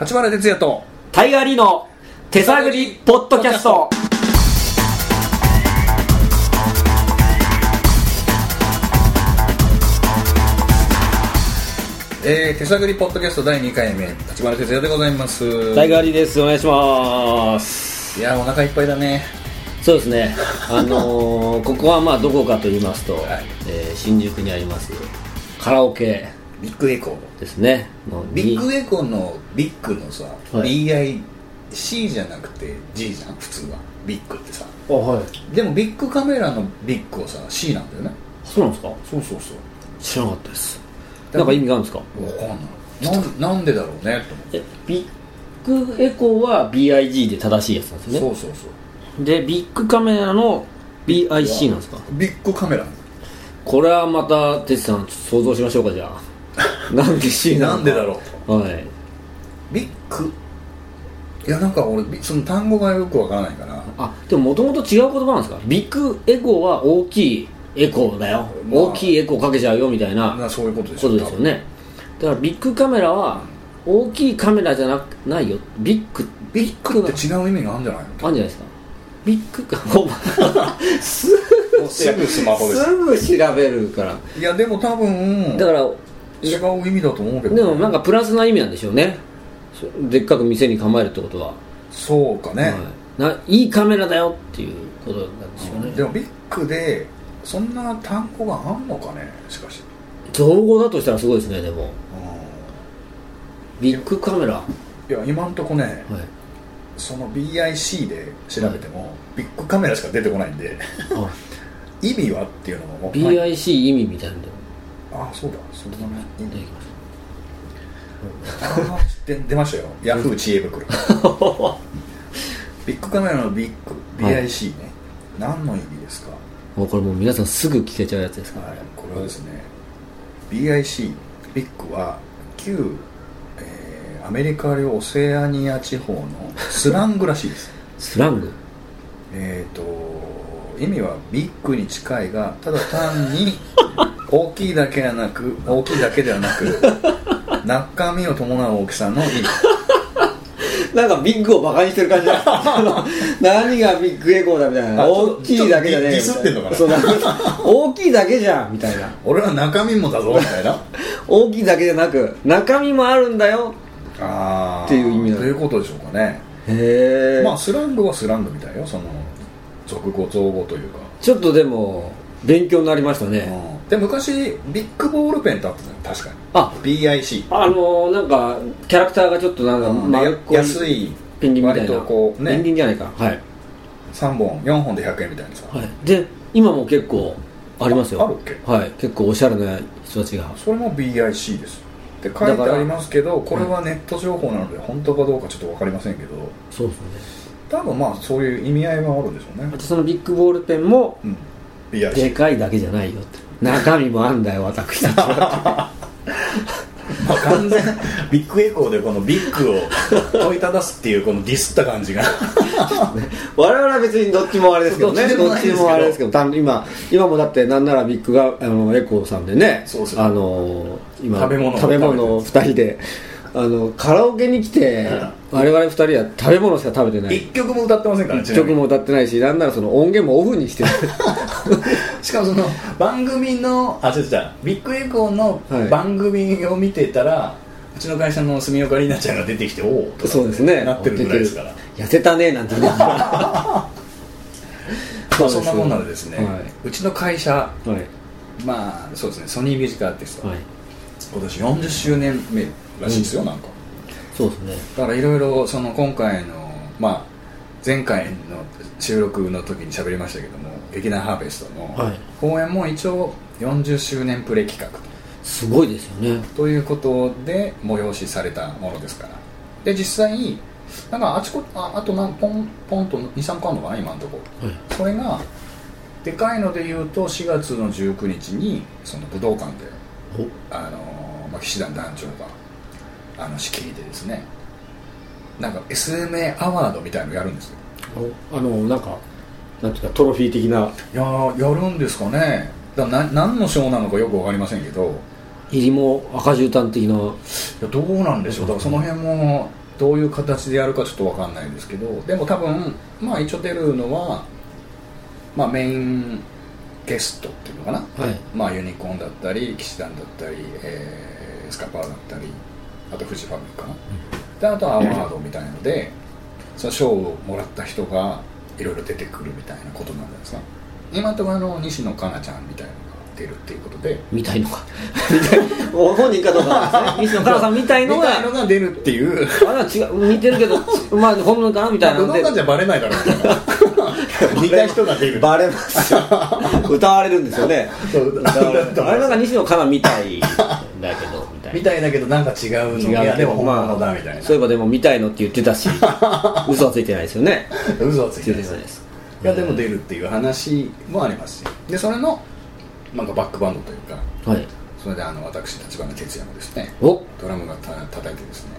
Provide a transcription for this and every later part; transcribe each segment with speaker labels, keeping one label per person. Speaker 1: 立花哲也と
Speaker 2: タイガーリーの手探りポッドキャスト。
Speaker 1: えー、手探りポッドキャスト第2回目立花哲也でございます
Speaker 2: タイガーリーです。お願いします。
Speaker 1: いやーお腹いっぱいだね
Speaker 2: そうです ね。あのー、ここはまあどこかと言いますと、
Speaker 1: はい
Speaker 2: えー新宿にありますカラオケ
Speaker 1: ビッグエコー
Speaker 2: ですね。の
Speaker 1: ビッグ
Speaker 2: に
Speaker 1: エコーのビッグのさ、
Speaker 2: は
Speaker 1: BIC じゃなくて G じゃん普通はビッグってさ
Speaker 2: あはい。
Speaker 1: でもビッグカメラのビッグはさ C なんだよね
Speaker 2: そうなんですか。
Speaker 1: そうそうそう
Speaker 2: 知らなかったです。なんか意味があるんですか。
Speaker 1: わかんないなんなんでだろうねと思って
Speaker 2: えビッグエコーは BIG で正しいやつなんですね。
Speaker 1: そうそうそう
Speaker 2: でビッグカメラの BIC なんですか
Speaker 1: ビッグカメラ
Speaker 2: これはまた哲さんちょっと想像しましょうかじゃ あなんで C なの
Speaker 1: なんでだろ
Speaker 2: うはい
Speaker 1: ビッグいやなんか俺ビその単語がよくわからないから
Speaker 2: あでももともと違う言葉なんですかビッグエコーは大きいエコーだよ、
Speaker 1: まあ
Speaker 2: 大きいエコーかけちゃうよみたいな
Speaker 1: なそういうことでし
Speaker 2: こ
Speaker 1: ょ
Speaker 2: とですよねだからビッグカメラは大きいカメラじゃなくないよビッグ
Speaker 1: ビッグって違う意味があるんじゃない
Speaker 2: あるんじゃないですかビッグカお前す
Speaker 1: のすぐスマホです
Speaker 2: ぐ調べるから
Speaker 1: いやでも多分
Speaker 2: だから
Speaker 1: 違う意味だと思うけど
Speaker 2: でもなんかプラスな意味なんでしょうねそでっかく店に構えるってことは、
Speaker 1: そうかね、
Speaker 2: はい、ないいカメラだよっていうことなんでしょうね、
Speaker 1: でもビッグでそんな単語があんのかねしかし、
Speaker 2: 造語だとしたらすごいですねでも
Speaker 1: う
Speaker 2: ビッグカメラ、はい
Speaker 1: ん、いや今んとこねその BIC で調べても、ビッグカメラしか出てこないんで
Speaker 2: あ
Speaker 1: 意味はっていうのも
Speaker 2: BIC 意味みたいなので
Speaker 1: あそうだそれがね意
Speaker 2: 出て
Speaker 1: 味
Speaker 2: きまし
Speaker 1: あーで出ましたよヤフー知恵 袋ビッグカメラのビッグ
Speaker 2: はい
Speaker 1: BIC ね、何の意味ですか、
Speaker 2: たもうこれもう皆さんすぐ聞けちゃうやつですから、
Speaker 1: はい、これはですね BIC ビッグは旧、えーアメリカ領オセアニア地方のスラングらしい です
Speaker 2: スラング
Speaker 1: えっと意味はビッグに近いがただ単に大きいだけではなく大きいだけではな く中身を伴う大きさの意味
Speaker 2: なんかビッグをバカにしてる感じだ 何がビッグエコーだみたい
Speaker 1: な大きいだけじゃねえよみたいなそう
Speaker 2: 大きいだけじゃんみたいな
Speaker 1: 俺は中身もだぞみたい な
Speaker 2: 大きいだけじゃなく中身もあるんだよ
Speaker 1: あー
Speaker 2: っていう意味なの
Speaker 1: ということでしょうかね、
Speaker 2: へえ、
Speaker 1: まあスラングはスラングみたいよその俗語造語というか
Speaker 2: ちょっとでも勉強になりましたね、
Speaker 1: で昔ビッグボールペンってあったじゃん確かに
Speaker 2: あ
Speaker 1: BIC
Speaker 2: あのー、なんかキャラクターがちょっとなんか丸っこい
Speaker 1: 安い
Speaker 2: ペンギンみたいな
Speaker 1: 割とこうね
Speaker 2: ペンギンじゃないかはい、
Speaker 1: 3本4本で100円みたいなさ、
Speaker 2: はい、で今も結構ありますよ
Speaker 1: ああるっけ
Speaker 2: はい結構おしゃれな人たちが
Speaker 1: それも BIC ですって書いてありますけどこれはネット情報なので本当かどうかちょっと分かりませんけど
Speaker 2: そうですね
Speaker 1: 多分まあそういう意味合いはあるんでしょうね
Speaker 2: あとそのビッグボールペンも
Speaker 1: うん
Speaker 2: で
Speaker 1: BIC
Speaker 2: かいだけじゃないよって中身もあんだよ私たちは
Speaker 1: まあ完全 ビッグエコーでこのビッグを問いただすっていうこのディスった感じが
Speaker 2: 我々は別にどっちもあれですけどね
Speaker 1: ど
Speaker 2: ど
Speaker 1: っ
Speaker 2: っ
Speaker 1: ち
Speaker 2: ち
Speaker 1: でも
Speaker 2: も
Speaker 1: な
Speaker 2: あ
Speaker 1: い
Speaker 2: れ
Speaker 1: で
Speaker 2: ですす
Speaker 1: け
Speaker 2: けどた今今もだってなんならビッグがあのエコーさんでね
Speaker 1: そうそう
Speaker 2: あの今
Speaker 1: 食べ物を
Speaker 2: 食べ物を2人であのカラオケに来て我々2人は食べ物しか食べてない
Speaker 1: 一曲も歌ってませんからねちなみ
Speaker 2: 曲
Speaker 1: に
Speaker 2: も歌ってないしなんならその音源もオフにしてる
Speaker 1: しかもその番組のあ違う違うビッグエコーの
Speaker 2: はい
Speaker 1: 番組を見てたら、うちの会社の住岡里奈ちゃんが出てきておおとか
Speaker 2: そうですね
Speaker 1: なってるぐらいですから
Speaker 2: 出てる痩せた ねなんて言って
Speaker 1: まあそんなもんなのでですね、
Speaker 2: は
Speaker 1: うちの会社
Speaker 2: い、はい
Speaker 1: まあそうですねソニーミュージックアーティスト、
Speaker 2: はい、
Speaker 1: 今年40周年目らしいですよ、なんか
Speaker 2: そうですね
Speaker 1: だからいろいろその今回のまあ前回の収録の時に喋りましたけども劇団ハーベスト
Speaker 2: は
Speaker 1: の
Speaker 2: い
Speaker 1: 公演も一応40周年プレ企画と
Speaker 2: すごいですよね
Speaker 1: ということで催しされたものですからで実際なんかあちこああとなんポンポンと23個あるのかな今のとこ
Speaker 2: はい
Speaker 1: それがでかいので言うと4月の19日にその武道館で、あのーまあ、騎士団団長があの仕切りでですねなんか SMA アワードみたいのやるんですよ
Speaker 2: おあのなんかなんていうかトロフィー的ない
Speaker 1: やーやるんですかねだからな何の賞なのかよく分かりませんけど
Speaker 2: 入りも赤絨毯的ない
Speaker 1: やどうなんでしょうだからその辺もどういう形でやるかちょっと分かんないですけどでも多分まあ一応出るのは、まあ、メインゲストっていうのかな、
Speaker 3: はい
Speaker 1: まあ、ユニコーンだったり騎士団だったり、えースカパーだったりあとフジファブリックかな、であとはアワードみたいのでその賞をもらった人がいろいろ出てくるみたいなことなんじゃないですか今のところあの西野カナちゃんみたいなのが出るっていうことで
Speaker 2: みたいのかお 本人かどうかなん ですね西野カナさんみたい
Speaker 1: み
Speaker 2: の
Speaker 1: たい
Speaker 2: が
Speaker 1: のが出るっていう
Speaker 2: あれは違う似てるけどまあ本物かなみたいな
Speaker 1: 武
Speaker 2: の
Speaker 1: 道
Speaker 2: で
Speaker 1: 館じゃバレないだろうみたい な似た人が 出る
Speaker 3: バレますよ歌われるんですよね
Speaker 1: そう
Speaker 2: だから
Speaker 1: だと思
Speaker 2: あ
Speaker 1: い
Speaker 2: れなん
Speaker 1: ま
Speaker 2: か西野カナみたいだけどみ
Speaker 1: す
Speaker 2: たいな
Speaker 1: みたいだけどなんか違うのいやでも本物だみたいな、
Speaker 2: そういえばでも見たいのって言って たし嘘はついてないですよね
Speaker 1: 嘘はつい
Speaker 2: つい
Speaker 1: て
Speaker 2: て
Speaker 1: る
Speaker 2: ないです
Speaker 1: いやでも出るっていう話もありますしでそれのなんかバックバンドというか
Speaker 2: はい
Speaker 1: それであの私立花哲也もですね
Speaker 2: お
Speaker 1: ドラムがた叩いてですね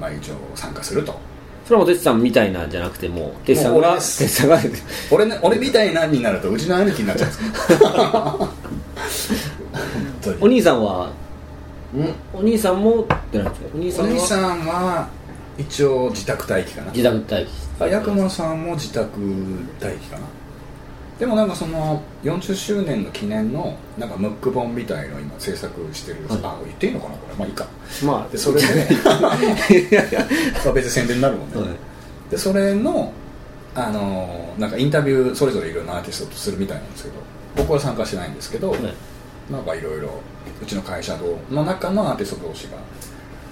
Speaker 1: まあ一応参加すると
Speaker 2: それはもう哲さんみたいなんじゃなくてもう哲さん
Speaker 1: もう
Speaker 2: が
Speaker 1: 俺です
Speaker 2: 哲さんが
Speaker 1: 俺,、ね、俺みたいなになるとうちの兄貴になっちゃうんですよ 本当に
Speaker 2: お兄さんは
Speaker 1: うん
Speaker 2: お兄さんもってなんですかお兄さ
Speaker 1: お
Speaker 2: ん
Speaker 1: 兄
Speaker 2: は
Speaker 1: さんは一応自宅待機かな
Speaker 2: 自宅待機して
Speaker 1: 八雲さんも自宅待機かなでもなんかその40周年の記念のなんかムック本みたいのを今制作してる、
Speaker 2: はい
Speaker 1: あ言っていいのかなこれまあいいか
Speaker 2: まあ
Speaker 1: でそれでね まあ別に宣伝になるもんね、
Speaker 2: はい
Speaker 1: でそれのあのーなんかインタビューそれぞれいろんなアーティストとするみたいなんですけど僕は参加してないんですけど、
Speaker 2: はい
Speaker 1: なんかいろいろうちの会社の中のアーティスト同士が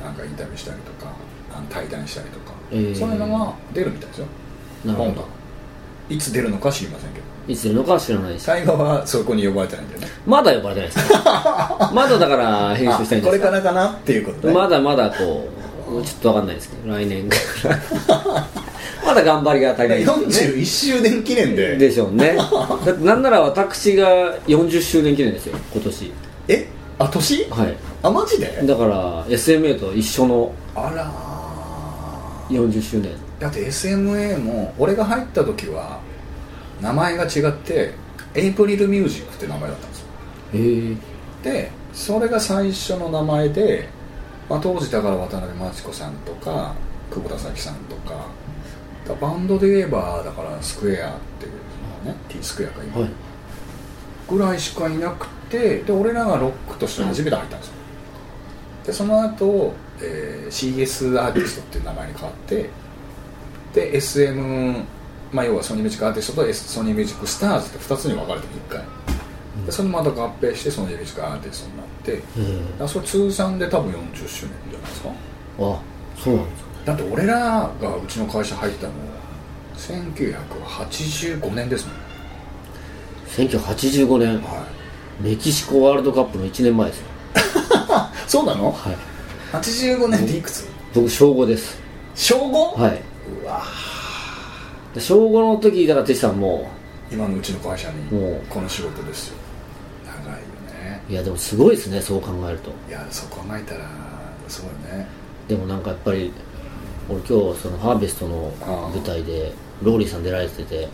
Speaker 1: なんかインタビューしたりとかあの対談したりとか、
Speaker 2: えー
Speaker 1: そういうのが出るみたいですよ
Speaker 2: なるほ
Speaker 1: 本
Speaker 2: ど
Speaker 1: がいつ出るのか知りませんけど
Speaker 2: いつ出るのかは知らないし
Speaker 1: 最後はそこに呼ばれてないんだよね
Speaker 2: まだ呼ばれてないですかまだだから編集したいん
Speaker 1: あこ
Speaker 2: で
Speaker 1: れ
Speaker 2: す
Speaker 1: か
Speaker 2: から
Speaker 1: かなっていうことね、
Speaker 2: まだまだこうちょっとわかんないですけど来年ぐらい まだ頑張りが足りないですよね
Speaker 1: 41周年記念で
Speaker 2: でしょうねだってなんなら私が40周年記念ですよ今年
Speaker 1: えあ年
Speaker 2: はい
Speaker 1: あマジで
Speaker 2: だから SMA と一緒の
Speaker 1: あら
Speaker 2: 40周
Speaker 1: ー
Speaker 2: 年
Speaker 1: だって SMA も俺が入った時は名前が違ってエイプリルミュージックって名前だったんですよ
Speaker 2: へえ
Speaker 1: でそれが最初の名前で、まあ、当時だから渡辺真知子さんとか久保田咲さんとかだバンドで言えばだからスクエアっていうのね T スクエアか今、
Speaker 2: はい
Speaker 1: ぐらいしかいなくてで俺らがロックとして初めて入ったんですよでその後、えー CS アーティストっていう名前に変わってで SM、まあ、要はソニーミュージックアーティストと S ソニーミュージックスターズって2つに分かれてる1回でそのまた合併してソニーミュージックアーティストになってだからそれ通算で多分40周年じゃないですか
Speaker 2: あそうなんですか
Speaker 1: だって俺らがうちの会社入ったの1985年ですもん
Speaker 2: 1985年
Speaker 1: はい
Speaker 2: メキシコワールドカップの1年前ですよ
Speaker 1: そうなの
Speaker 2: はい
Speaker 1: 85年っていくつ
Speaker 2: 僕小5です
Speaker 1: 小 5?
Speaker 2: はいう
Speaker 1: わ
Speaker 2: で小5の時だから哲さんも
Speaker 1: 今のうちの会社に
Speaker 2: もう
Speaker 1: この仕事ですよ長いよね
Speaker 2: いやでもすごいですねそう考えると
Speaker 1: いやそう考えたらそうよね
Speaker 2: でもなんかやっぱり俺今日そのハーベストの舞台でローリーさん出られてて
Speaker 1: うん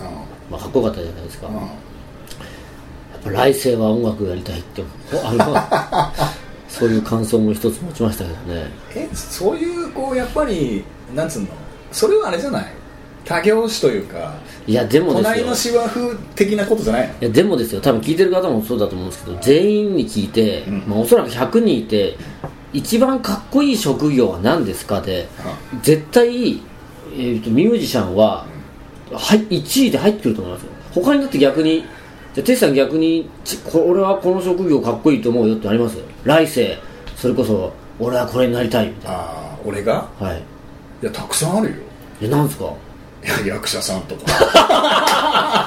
Speaker 2: まあかっこよかったじゃないですか、
Speaker 1: うん
Speaker 2: やっぱ来世は音楽やりたいってあのそういう感想も一つ持ちましたけどね
Speaker 1: えそういうこうやっぱりなんつうのそれはあれじゃない他業種というか
Speaker 2: いやでもです
Speaker 1: 隣
Speaker 2: よ
Speaker 1: の芝生的なことじゃないの
Speaker 2: いやでもですよ多分聞いてる方もそうだと思うんですけど全員に聞いて、
Speaker 1: うん
Speaker 2: まあ、おそらく100人いて一番かっこいい職業は何ですかで絶対、えー、とミュージシャンは、はい、1位で入ってくると思いますよ他にだって逆にじゃあテシさん逆にちこ俺はこの職業かっこいいと思うよってあります来世それこそ俺はこれになりたいみたい
Speaker 1: ああ俺が
Speaker 2: なはい
Speaker 1: いやたくさんあるよ
Speaker 2: えなんですか
Speaker 1: いや役者さんとか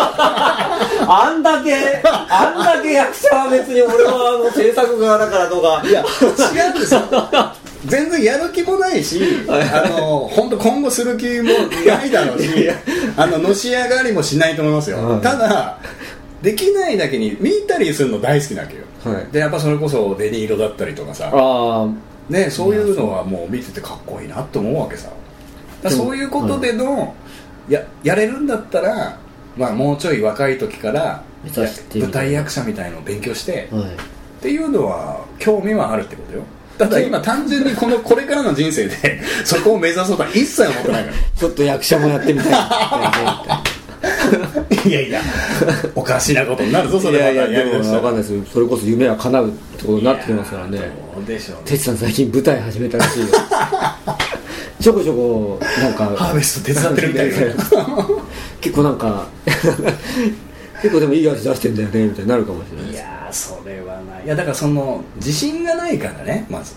Speaker 2: あんだけ あんだけ役者は別に俺はあの制作側だからとか
Speaker 1: いや違うんですよ全然やる気もないし、あの本当今後する気もないだろうし、あののし上がりもしないと思いますよ。
Speaker 2: はい
Speaker 1: ただできないだけに見たりするの大好きなわけよ。
Speaker 2: はい
Speaker 1: でやっぱそれこそデニーロだったりとかさ、
Speaker 2: ああ
Speaker 1: ね、そういうのはもう見ててかっこいいなと思うわけさだからそういうことでの、ややれるんだったら、まあ、もうちょい若い時から
Speaker 2: 目指してみたい
Speaker 1: 舞台役者みたいのを勉強して、っ
Speaker 2: はい
Speaker 1: ていうのは興味はあるってことよただ今単純にこのこ れからの人生で そこを目指そうとは一切思ってないか
Speaker 3: ちょっと役者もやってみ たいな
Speaker 1: ら いやいやおかしなことになるぞそ
Speaker 3: い
Speaker 1: れ
Speaker 3: やい
Speaker 1: ま
Speaker 3: や
Speaker 1: たや
Speaker 3: で
Speaker 1: り
Speaker 3: も
Speaker 1: だし
Speaker 3: 分か
Speaker 1: た
Speaker 3: んないですそれこそ夢は叶うってことになってきますからね
Speaker 1: いやーどうでしょうね
Speaker 3: 哲さん最近舞台始めたら しいよちょこちょこなんか
Speaker 1: ハーベスト手伝ってるみたいな
Speaker 3: 結構なんか結構でもいい味出してんだよねみたいになるかもしれない
Speaker 1: い
Speaker 3: です
Speaker 1: やーそれはないいやだからその自信がないからねまず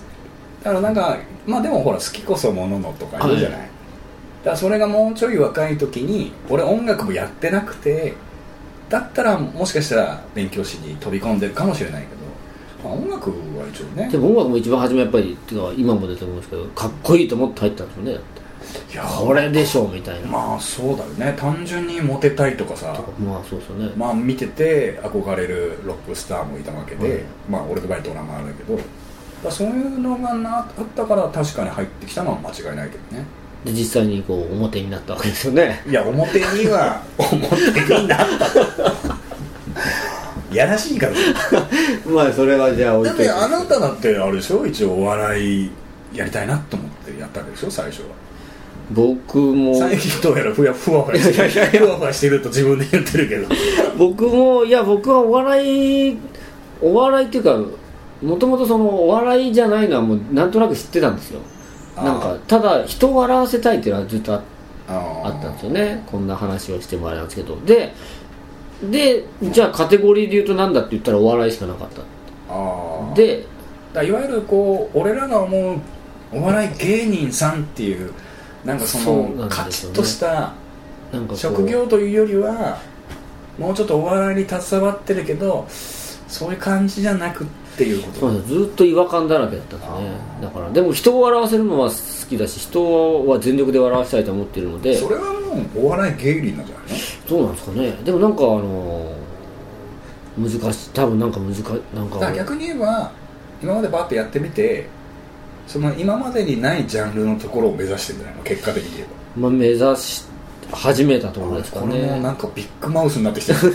Speaker 1: だからなんかまあでもほら好きこそもののとか言うじゃない、だ
Speaker 2: は
Speaker 1: からそれがもうちょい若い時に俺音楽もやってなくてだったらもしかしたら勉強しに飛び込んでるかもしれないけど、まあ、音楽は一応ね
Speaker 2: でも音楽も一番初めやっぱりっていうか今もだと思うんですけどかっこいいと思って入ったんですよねだって
Speaker 1: いや
Speaker 2: これでしょうみたいな、
Speaker 1: まあそうだよね単純にモテたいとかさ
Speaker 2: まあそうですよね、
Speaker 1: まあ見てて憧れるロックスターもいたわけで、
Speaker 2: はい
Speaker 1: まあ俺の場合ドラマーだけどだからそういうのがなあったから確かに入ってきたのは間違いないけどね
Speaker 2: で実際にこう表になったわけです
Speaker 3: よ ね
Speaker 1: いや表には表になったやらしいから
Speaker 3: まあそれはじゃあ置い
Speaker 1: だっ
Speaker 3: とい
Speaker 1: て
Speaker 3: て
Speaker 1: あなただってあれでしょ一応お笑いやりたいなと思ってやったわけでしょ最初は
Speaker 2: 僕も
Speaker 1: 最近どうやらふやふわふわしてる
Speaker 3: いやいやいや
Speaker 1: ふわふわしてると自分で言ってるけど
Speaker 2: 僕もいや僕はお笑いお笑いっていうかもともとそのお笑いじゃないのはもうなんとなく知ってたんですよ
Speaker 1: あー
Speaker 2: なんかただ人を笑わせたいっていうのはずっとあ
Speaker 1: あ
Speaker 2: あったんですよねこんな話をしてもあれなんですけどででじゃあカテゴリーで言うとなんだって言ったらお笑いしかなかった
Speaker 1: ああ
Speaker 2: で
Speaker 1: だからいわゆるこう俺らが思うお笑い芸人さんっていうなんかそ
Speaker 2: そうな
Speaker 1: の
Speaker 2: んですよね
Speaker 1: カチッとした
Speaker 2: なんかこう
Speaker 1: 職業というよりはもうちょっとお笑いに携わってるけどそういう感じじゃなくっていうこ
Speaker 2: そ
Speaker 1: と
Speaker 2: うなんですずっと違和感だらけだったんですねだからでも人を笑わせるのは好きだし人は全力で笑わせたいと思っているので
Speaker 1: それはもうお笑い芸人なんじゃないの
Speaker 2: そうなんですかねでもなんかあのー難しい多分なんか難しいなんか
Speaker 1: だから逆に言えば今までバーってやってみてその今までにないジャンルのところを目指してんじゃないの結果的に言えば
Speaker 2: まあ、目指し始めたところですか
Speaker 1: これもな
Speaker 2: ね
Speaker 1: んかビッグマウスになってきてる
Speaker 3: ち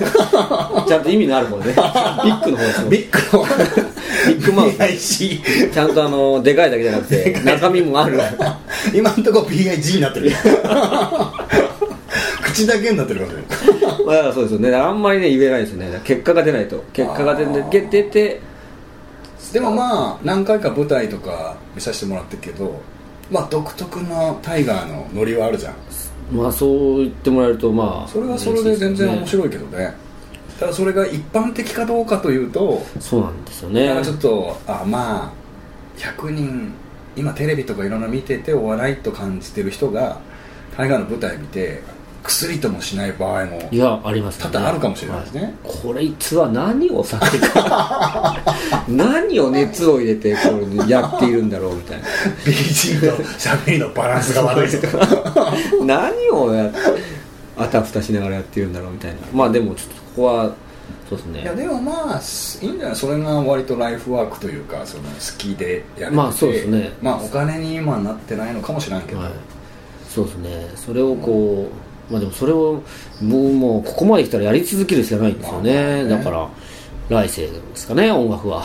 Speaker 3: ゃんと意味のある方ねビッグの方ですよ
Speaker 1: ビッグマウス
Speaker 3: ビッグマウス
Speaker 1: BIG
Speaker 3: ちゃんとあのでかいだけじゃなくて中身もあ る
Speaker 1: 今んとこ BIG になってる 口だけになってるからね
Speaker 3: まあそうですよねあんまりね言えないですよね結果が出ないと結果が出
Speaker 1: あー
Speaker 3: て出て
Speaker 1: でもまあ何回か舞台とか見させてもらってるけどまあ独特のタイガーのノリはあるじゃん
Speaker 2: まあそう言ってもらえるとまあ
Speaker 1: それはそれで全然面
Speaker 2: い
Speaker 1: 白いけどねただそれが一般的かどうかというと
Speaker 2: そうなんですよ
Speaker 1: なん
Speaker 2: ね
Speaker 1: かちょっとあまあ100人今テレビとかいろんな見ててお笑いと感じてる人がタイガーの舞台見て薬ともしない場合も
Speaker 2: いやあります
Speaker 1: 多々あるかもしれないですね
Speaker 2: はこれいつは何をさってか
Speaker 3: 何を熱を入れてこれやっているんだろうみたいな
Speaker 1: BG と喋りのバランスが悪いとか
Speaker 3: 何をやあたふたしながらやっているんだろうみたいなまあでもちょっとここは
Speaker 2: そうです
Speaker 1: いや
Speaker 2: ね
Speaker 1: でもまあすいいんじゃないそれが割とライフワークというかその好きでやれてて
Speaker 2: まあそうですね
Speaker 1: まあお金に今はなってないのかもしれんけど、
Speaker 2: はい、そうですねそれをこうまあでもそれをもうもうここまで来たらやり続けるしかないんですよね
Speaker 1: まあね
Speaker 2: だから来世ですかね音 楽は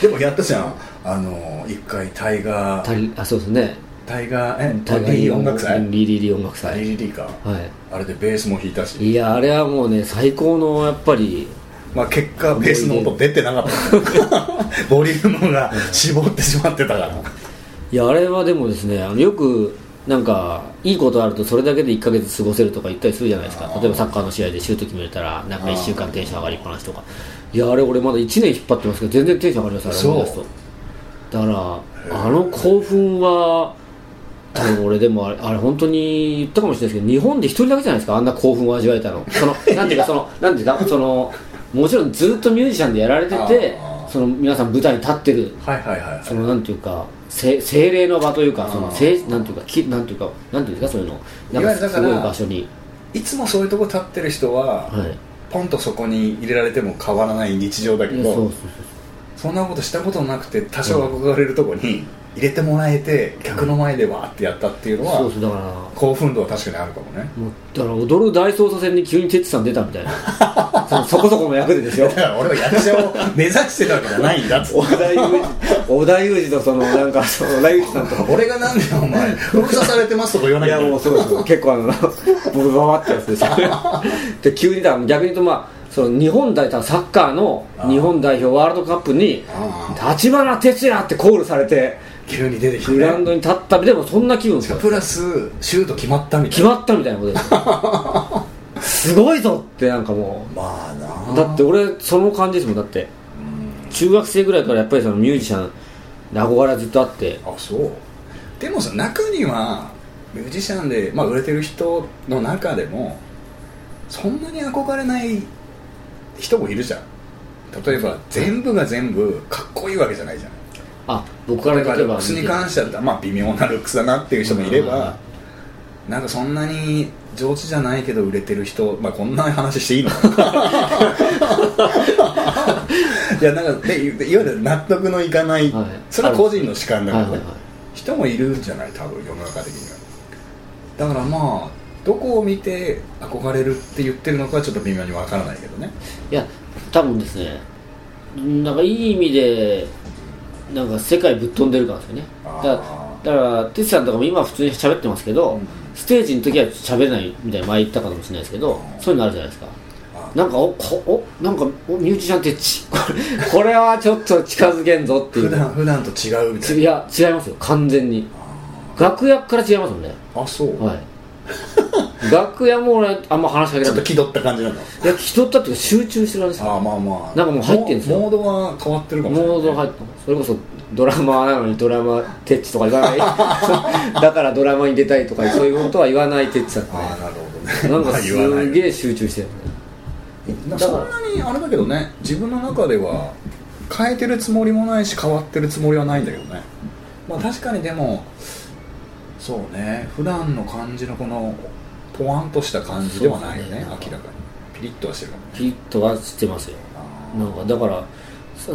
Speaker 1: でもやったじゃんあの一回タイガ
Speaker 2: た
Speaker 1: ー
Speaker 2: りあそうですね
Speaker 1: タイガーえ
Speaker 2: タ
Speaker 1: タ
Speaker 2: イガ
Speaker 1: リー音楽祭
Speaker 2: リリリ音楽
Speaker 1: タリリ
Speaker 2: 祭
Speaker 1: リか
Speaker 2: は
Speaker 1: あれでベースも弾いた
Speaker 2: い
Speaker 1: し
Speaker 2: いやあれはもうね最高のやっぱり
Speaker 1: まあ結果ベースの音出てなかったボリュームが絞ってしまってたから
Speaker 2: いやあれはでもですねあのよくなんかいいことあるとそれだけで1ヶ月過ごせるとか言ったりするじゃないですか例えばサッカーの試合でシュート決めれたらなんか1週間テンション上がりっぱなしとかいやあれ俺まだ1年引っ張ってますけど全然テンション上がりますあれ思い出すとだからあの興奮は多分俺でもあれあれ本当に言ったかもしれないですけど日本で一人だけじゃないですかあんな興奮を味わえたの そのなんていうかそのなんていうかそのもちろんずっとミュージシャンでやられてて
Speaker 1: あー
Speaker 2: その皆さん舞台に立ってる
Speaker 1: はいはいはい
Speaker 2: そのなんていうかせ精霊の場というかそ
Speaker 1: あ
Speaker 2: の
Speaker 1: ー
Speaker 2: せいなんていうかきなんていうかなんていうんですかそういうのない
Speaker 1: わ
Speaker 2: ん
Speaker 1: ゆるだ
Speaker 2: か
Speaker 1: か
Speaker 2: す
Speaker 1: ら
Speaker 2: ごい場所に
Speaker 1: いつもそういうとこ立ってる人は、
Speaker 2: はいいや
Speaker 1: ポンとそこに入れられても変わらない日常だけ
Speaker 2: そうそう
Speaker 1: ど
Speaker 2: そう
Speaker 1: そんなことしたことなくて多少憧れるとこに入れてもらえて客の前でわーってやったっていうのは
Speaker 2: そうそうだから
Speaker 1: 興奮度は確かにあるかも ね
Speaker 2: もうだから踊る大捜査線に急に哲さん出たみたいな そのそこそこの役 でですよ
Speaker 1: だから俺は役者を 目指してたわけじゃないんだっつって
Speaker 3: 織田裕二織田裕二とそのなんかその織田裕二さん と
Speaker 1: 俺がなんでお前 封鎖されてますとか言わないき
Speaker 3: や
Speaker 1: ゃい
Speaker 3: も
Speaker 1: けな
Speaker 3: う
Speaker 1: い
Speaker 3: そうです結構あの ブババってやつですよ で急にだ逆に言うとまあその日本代表サッカーの日本代表ワールドカップに
Speaker 1: あ
Speaker 3: 立花哲也ってコールされて
Speaker 1: 急に出てきて
Speaker 3: グラウン
Speaker 1: ね
Speaker 3: ドに立ったでもそんな気分ですよ
Speaker 1: プラスシュート決まったみた
Speaker 2: 決
Speaker 1: いな
Speaker 2: まったみたいなことですよすごいぞってなんかも
Speaker 1: まあな
Speaker 2: うだって俺その感じですもんだって中学生ぐらいからやっぱりそのミュージシャンに憧れはずっとあって
Speaker 1: あそうでもさ中にはミュージシャンで、まあ、売れてる人の中でもそんなに憧れない人もいるじゃん例えば全部が全部かっこいいわけじゃないじゃん
Speaker 2: あ僕から
Speaker 1: だから
Speaker 2: 例え
Speaker 1: ル
Speaker 2: ば
Speaker 1: ックスに関してはまあ微妙なルックスだなっていう人もいればなんかそんなに上手じゃないけど売れてる人、まあ、こんな話してい いの かないやなんかでいいわゆる納得のいかない、
Speaker 2: はい
Speaker 1: それは個人の主観だ
Speaker 2: は
Speaker 1: か
Speaker 2: い
Speaker 1: らね、
Speaker 2: はいはい
Speaker 1: 人もいるんじゃない多分世の中的にはだからまあどこを見て憧れるって言ってるのかはちょっと微妙にわからないけどね
Speaker 2: いや多分ですねなんかいい意味でなんか世界ぶっ飛んでる感ですよね
Speaker 1: あ
Speaker 2: だ
Speaker 1: ー
Speaker 2: だから哲さんとかも今普通に喋ってますけど、
Speaker 1: うん
Speaker 2: ステージの時は喋れないみたいな前言ったかもしれないですけどそういうのあるじゃないですか
Speaker 1: あ
Speaker 2: なんかおこおなんかおミュージシャンってち これこれはちょっと近づけんぞってい
Speaker 1: 普
Speaker 2: う
Speaker 1: 段普段と違うみた
Speaker 2: ち
Speaker 1: い
Speaker 2: い
Speaker 1: な
Speaker 2: や違いますよ完全に楽屋から違いますもんね
Speaker 1: あそう、
Speaker 2: はい 楽屋も俺あんま話しかけ
Speaker 1: ち
Speaker 2: ら
Speaker 1: ょっ
Speaker 2: れな
Speaker 1: と
Speaker 2: い
Speaker 1: 気取った感じなんだ
Speaker 2: いや人ったっていうか集中してるんですよ
Speaker 1: ああまあまあ
Speaker 2: なんかもう入ってんすよ
Speaker 1: モードは変わってるかもしれない
Speaker 2: モード入ったそれこそドラマーなのにドラマテッチとか言わない だからドラマに出たいとかそういうことは言わないテッチさん
Speaker 1: ああ
Speaker 2: ね
Speaker 1: なるほど
Speaker 2: な
Speaker 1: ね
Speaker 2: んか
Speaker 1: 言わな
Speaker 2: す
Speaker 1: い
Speaker 2: げえ集中してるね
Speaker 1: なんかそんなにあれだけどね自分の中では変えてるつもりもないし変わってるつもりはないんだけどねまあ確かにでもそうね普段の感じのこのポワンとした感じではないよね
Speaker 2: そうですね
Speaker 1: 明らかにピリッとはしてるかもね
Speaker 2: ピリッとはしてますよ
Speaker 1: あ
Speaker 2: なんかだからあ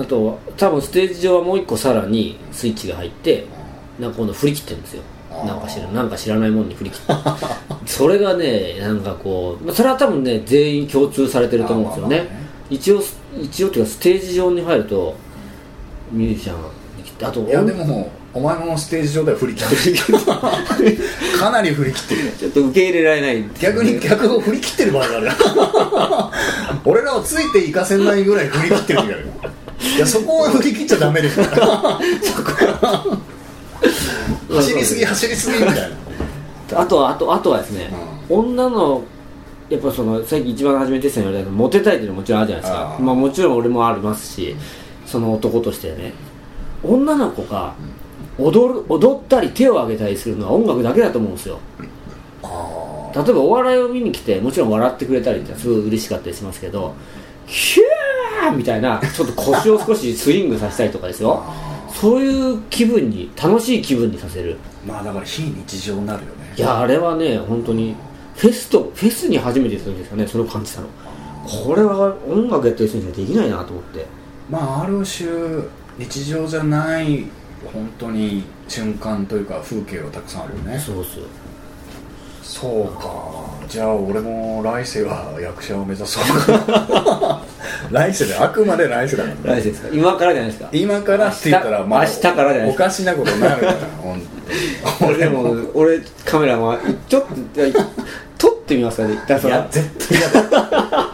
Speaker 2: と多分ステージ上はもう一個さらにスイッチが入ってなんか今度振り切ってるんですよ
Speaker 1: あー
Speaker 2: なんか知らなんか知らないもんに振り切って それがねなんかこうまあそれは多分ね全員共通されてると思うんですよね
Speaker 1: あーまあまあね
Speaker 2: 一応一応っていうかステージ上に入るとミュージシャンができてあと
Speaker 1: ーいやでもお前もステージ上では振り切ってる かなり振り切ってるよ
Speaker 3: ちょっと受け入れられない
Speaker 1: 逆に逆を振り切ってる場合が ある俺らをついていかせないぐらい振り切ってる時あるよいやそこは振り切っちゃダメ ですから走りすぎ走りすぎみたいな
Speaker 2: あとはあとあとはですね、女のやっぱそのさっき一番初めてさん言われたけどモテたいっていうのももちろんあるじゃないですか
Speaker 1: あー
Speaker 2: まあ、もちろん俺もありますしその男としてね女の子が踊る踊ったり手を挙げたりするのは音楽だけだと思うんですよ
Speaker 1: あ
Speaker 2: 例えばお笑いを見に来てもちろん笑ってくれたりってすごい嬉しかったりしますけどヒューみたいなちょっと腰を少しスイングさせたりとかで すよそういう気分に楽しい気分にさせる
Speaker 1: まあだから非日常になるよね
Speaker 2: いやあれはね本当にフェスとフェスに初めてするんですよねそれを感じたのこれは音楽やってる人にしかできないなと思って
Speaker 1: まあある種日常じゃない本当に瞬間というか風景はたくさんあるよね
Speaker 2: そうそう
Speaker 1: そうかじゃあ俺も来世は役者を目指そうか 来世であくまで来世だからね
Speaker 3: 大事ですか今からじゃないですか
Speaker 1: 今からって言ったら
Speaker 3: 明日明日からじゃない
Speaker 1: おかしなことになるから本当に
Speaker 3: 俺でも俺カメラはちょっといや撮ってみますかね一旦
Speaker 1: い
Speaker 3: そ
Speaker 1: や
Speaker 3: の
Speaker 1: 絶対やだ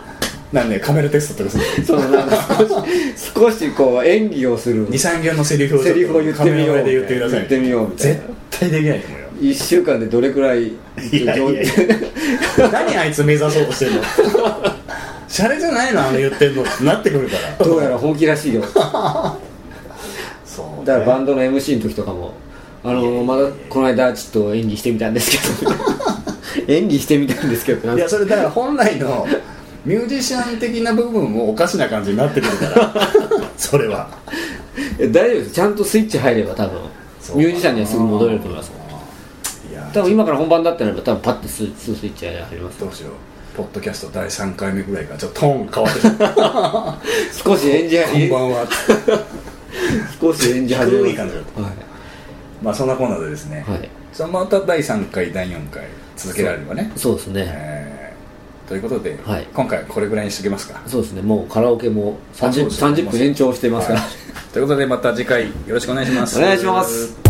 Speaker 1: なんでカメラテストとかする
Speaker 3: そのなんか 少し少しこう演技をする
Speaker 1: 23行のセリフをちょ
Speaker 3: セ
Speaker 1: っと
Speaker 3: リフを言ってみよう
Speaker 1: カメラ前で言ってください
Speaker 3: 言ってみようみたいな
Speaker 1: 絶対できないと思うよ
Speaker 3: 1週間でどれくらい
Speaker 1: いやいやいや何あいつ目指そうとしてんのシャレじゃないのあの言ってんのってなってくるから
Speaker 3: どうやら本気らしいよだか
Speaker 1: そうね
Speaker 3: らバンドの MC の時とかもあのまだこの間ちょっと演技してみたんです けど演技してみたんですけどなん
Speaker 1: い
Speaker 3: か
Speaker 1: やそれだから本来のミュージシャン的な部分もおかしな感じになってくるからそれはい
Speaker 3: や大丈夫ですちゃんとスイッチ入れば多分
Speaker 1: そうか
Speaker 2: ミュージシャンにはすぐ戻れると思います
Speaker 1: いや
Speaker 2: 多分今から本番だってなれば多分パッてスススイッチが入ります
Speaker 1: どうしようポッドキャスト第3回目ぐらいからちょっとトーン変わってきたこ
Speaker 3: 少し演じ
Speaker 1: んばんは
Speaker 3: 少し演じ始め
Speaker 1: 低
Speaker 3: ま
Speaker 1: い
Speaker 3: す
Speaker 1: 感じだっ
Speaker 3: はい
Speaker 1: まあそんなこんなでですね、
Speaker 2: はい
Speaker 1: そのまた第3回第4回続けられればね、
Speaker 2: そうですね、
Speaker 1: えーということで、
Speaker 2: はい
Speaker 1: 今回はこれぐらいにしときますか
Speaker 2: そうですねもうカラオケも
Speaker 1: あそう
Speaker 2: 30,
Speaker 1: ですね
Speaker 2: 30分延長してますから、
Speaker 1: はいということでまた次回よろしくお願いします
Speaker 2: お願いします